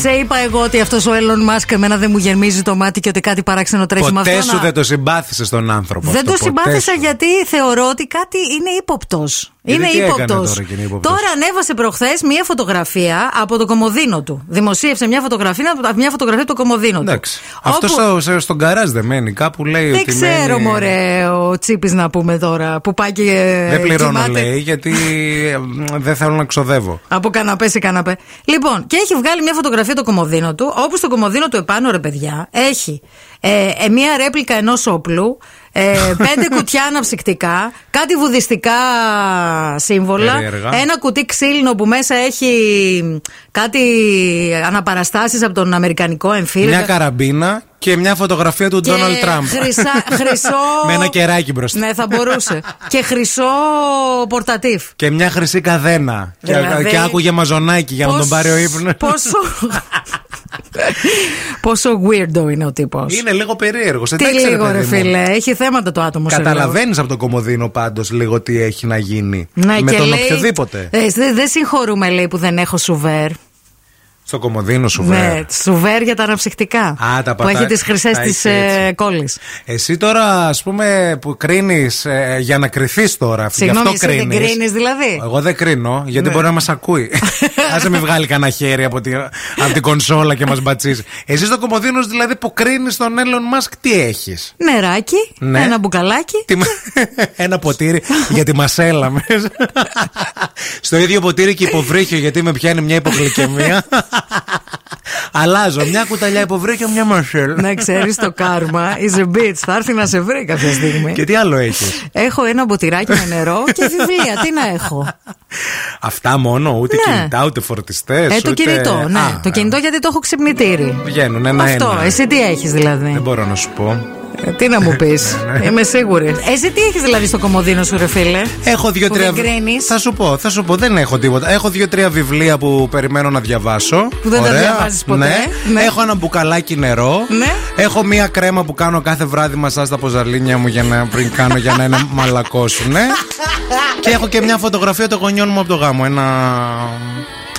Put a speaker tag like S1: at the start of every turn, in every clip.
S1: σε είπα εγώ ότι αυτός ο Elon Musk εμένα δεν μου γεμίζει το μάτι και ότι κάτι παράξενο τρέχει
S2: Ποτέ
S1: με αυτό.
S2: σου
S1: να-
S2: δεν το συμπάθησες τον άνθρωπο.
S1: Δεν
S2: αυτό,
S1: το
S2: ποτέ
S1: συμπάθησα
S2: σου.
S1: γιατί θεωρώ ότι κάτι είναι ύποπτος.
S2: Γιατί
S1: Είναι
S2: τι έκανε
S1: ύποπτος.
S2: τώρα και είναι ύποπτος?
S1: ανέβασε προχθές μία φωτογραφία από το κομοδίνο του. Δημοσίευσε μία φωτογραφία, μια φωτογραφία από το κομοδίνο του.
S2: Εντάξει. Αυτό
S1: Όπου-
S2: στο, στο- στον καράζ δεν μένει. Κάπου λέει
S1: Δεν
S2: ότι.
S1: ξέρω,
S2: μένει...
S1: μωρέ, ο τσίπης να πούμε τώρα που πάει και. ε,
S2: Δεν πληρώνω,
S1: κοιμάται.
S2: λέει, γιατί ε, μ, δεν θέλω να ξοδεύω.
S1: Από καναπές σε καναπέ. Λοιπόν, και έχει βγάλει μια φωτογραφία το κομοδίνο του, όπου στο κομοδίνο του επάνω, ρε παιδιά, έχει ε, ε, μια ρέπλικα ενός όπλου, ε, πέντε κουτιά αναψυκτικά, κάτι βουδιστικά σύμβολα,
S2: Περίεργα.
S1: ένα κουτί ξύλινο που μέσα έχει κάτι αναπαραστάσεις από τον Αμερικανικό εμφύλιο.
S2: Μια καραμπίνα και μια φωτογραφία του
S1: Και
S2: Ντόναλτ Τραμπ.
S1: χρυσά- χρυσό.
S2: Με ένα κεράκι μπροστά.
S1: Ναι, θα μπορούσε. και χρυσό πορτατίφ.
S2: Και μια χρυσή καδένα. Και-
S1: Δηλαδή,
S2: και, άκουγε μαζονάκι για να τον
S1: Πώς-
S2: πάρει ο ύπνος.
S1: Πόσο. πόσο weirdo είναι ο τύπος.
S2: Είναι λίγο περίεργος.
S1: Τι λίγο, ρε φίλε. Έχει θέματα το άτομο σε λέω.
S2: Καταλαβαίνει από τον Κομοδίνο πάντως λίγο τι έχει να γίνει.
S1: Ναι,
S2: με
S1: και
S2: τον
S1: λέει,
S2: οποιοδήποτε.
S1: «Ε, Δεν δεν συγχωρούμε, λέει, που δεν έχω σουβέρ.
S2: Στο Κομοδίνο σου βέβαια.
S1: Ναι, σουβέρ για τα αναψυκτικά.
S2: τα
S1: που
S2: πατά-
S1: έχει τις χρυσές
S2: τα
S1: της
S2: έχει έτσι.
S1: κόλλης.
S2: Εσύ τώρα, ας πούμε, που κρίνεις για να κρυθείς τώρα.
S1: Συγγνώμη,
S2: γι'
S1: εσύ
S2: αυτό
S1: δεν Ναι.
S2: κρίνεις.
S1: κρίνεις δηλαδή.
S2: Εγώ δεν κρίνω, γιατί μπορεί να μας ακούει. Α με βγάλει κανένα χέρι από, τη, από την κονσόλα και μας μπατσίζει. Εσύ στο Κομοδίνο, δηλαδή, που κρίνεις τον Έλλον Μάσκ, τι έχεις.
S1: Νεράκι,
S2: Ναι.
S1: ένα μπουκαλάκι.
S2: Τι- Ένα ποτήρι για τη μασέλα μέσα. Στο ίδιο ποτήρι και υποβρύχιο, γιατί με πιάνει μια υπογλυκαιμία. Αλλάζω μια κουταλιά υποβρύχιο, μια μασέλα.
S1: Να ξέρεις Ναι, το κάρμα is a bitch. Θα έρθει να σε βρει κάποια στιγμή.
S2: Και τι άλλο έχεις.
S1: Έχω ένα μποτηράκι με νερό και βιβλία. Τι να έχω.
S2: Αυτά μόνο, ούτε
S1: Ναι.
S2: κινητά, ούτε φορτιστές.
S1: Ε, το κινητό, ναι. το κινητό γιατί το έχω ξυπνητήρι.
S2: Βγαίνουν ένα-ένα.
S1: Αυτό. Εσύ τι έχεις
S2: Δεν
S1: δηλαδή.
S2: μπορώ να σου πω.
S1: Ε, Τι να μου πεις.
S2: ναι.
S1: Είμαι σίγουρη. Εσύ τι έχεις δηλαδή στο κομμωδίνο σου, ρε φίλε.
S2: Έχω
S1: Που
S2: δύο-τρία.
S1: δεν κρίνεις.
S2: Θα σου πω, θα σου πω, δεν έχω τίποτα. Έχω δύο-τρία βιβλία που περιμένω να διαβάσω.
S1: Που δεν τα
S2: Ωραία.
S1: διαβάζεις ποτέ.
S2: Ναι.
S1: Ναι.
S2: Έχω ένα μπουκαλάκι νερό.
S1: Ναι.
S2: Έχω μία κρέμα που κάνω κάθε βράδυ μασά στα ποζαλίνια μου για να, πριν κάνω για να είναι μαλακώσουνε. Ναι. και έχω και μια φωτογραφία των γονιών μου από το γάμο. Ένα.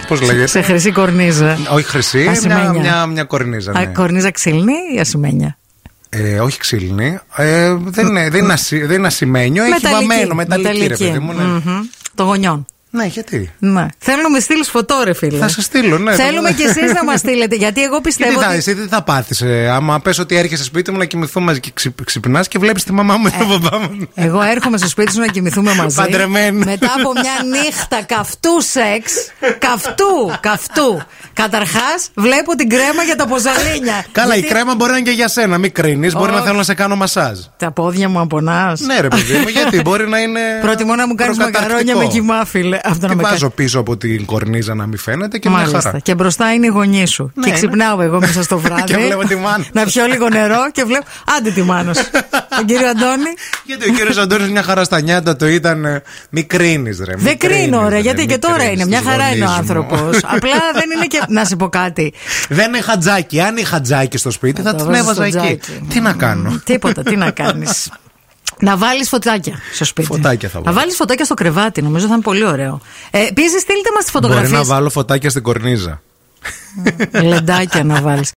S2: Πώ
S1: Σε
S2: λέγεται.
S1: χρυσή κορνίζα.
S2: Όχι χρυσή, μια,
S1: Ασημένια.
S2: μια, μια κορνίζα.
S1: Α,
S2: ναι.
S1: Κορνίζα ξυλινή ή ασημένια.
S2: Ε, όχι ξύλινη. Ε, δεν, είναι, δεν, είναι ασυ, δεν είναι ασημένιο, Ε, έχει βαμμένο μεταλλική, ρε παιδί μου. Ναι,
S1: Το γονιών.
S2: ναι γιατί.
S1: Ναι. Θέλω να με στείλεις φωτό, ρε φίλε.
S2: Θα σε στείλω, ναι.
S1: Θέλουμε
S2: το-
S1: κι εσείς να μας στείλετε. Γιατί εγώ
S2: Και τι
S1: πιστεύω.
S2: θα,
S1: ότι-
S2: εσύ τι θα πάθεις, ε, άμα πες ότι έρχεσαι σπίτι μου να κοιμηθούμε μαζί και ξυ, ξυπνάς και βλέπεις τη μαμά
S1: Ε.
S2: μου ή τον παπά μου.
S1: Εγώ έρχομαι στο σπίτι σου να κοιμηθούμε μαζί.
S2: Παντρεμένοι.
S1: Μετά από μια νύχτα καυτού σεξ. Καυτού, καυτού. Καταρχάς, βλέπω την κρέμα για τα ποζαλίνια.
S2: Καλά, η
S1: Γιατί
S2: κρέμα μπορεί να είναι και για σένα, μην κρίνεις. Μπορεί να
S1: Όχι.
S2: θέλω να σε κάνω μασάζ.
S1: Τα πόδια μου απονάς.
S2: Ναι, ρε παιδί μου, γιατί μπορεί να είναι.
S1: Προτιμώ να μου κάνεις
S2: προκαταρκτικό.
S1: μακαρόνια με κοιμά, φίλε. Αυτό να
S2: Και
S1: με
S2: βάζω
S1: κάνει.
S2: πίσω από την κορνίζα να μην φαίνεται και μια
S1: Μάλιστα.
S2: χαρά.
S1: Και μπροστά είναι η γονή σου.
S2: Ναι,
S1: και
S2: ναι.
S1: ξυπνάω εγώ μέσα στο βράδυ.
S2: Και βλέπω τη μάνα.
S1: Να πιω λίγο νερό και βλέπω. Άντε τη μάνα. σου. Τον κύριο Αντώνη.
S2: Γιατί ο κύριος Αντώνης μια χαρά στα νιάτα το ήταν. ε, Μη κρίνεις, ρε. μη
S1: Δεν
S2: κρίνεις,
S1: κρίνω, ρε,
S2: ρε,
S1: γιατί
S2: μη
S1: και τώρα
S2: κρίνεις
S1: είναι. Μια
S2: τους
S1: χαρά είναι ο
S2: γονείς μου.
S1: άνθρωπος. Απλά δεν είναι και. Να σου πω κάτι.
S2: Δεν είχα τζάκι. Αν είχα τζάκι στο σπίτι, θα
S1: το
S2: την
S1: βάζεις
S2: έβαζα
S1: στο
S2: εκεί.
S1: τζάκι.
S2: Τι να κάνω.
S1: Τίποτα, τι να κάνεις. Να βάλεις φωτάκια στο σπίτι.
S2: Φωτάκια θα βάλω.
S1: Να βάλεις φωτάκια στο κρεβάτι, νομίζω θα είναι πολύ ωραίο. Ε, Επίσης, στείλτε μας τις
S2: Μπορεί
S1: φωτογραφίε.
S2: να βάλω φωτάκια στην κορνίζα.
S1: Λεντάκια να βάλεις.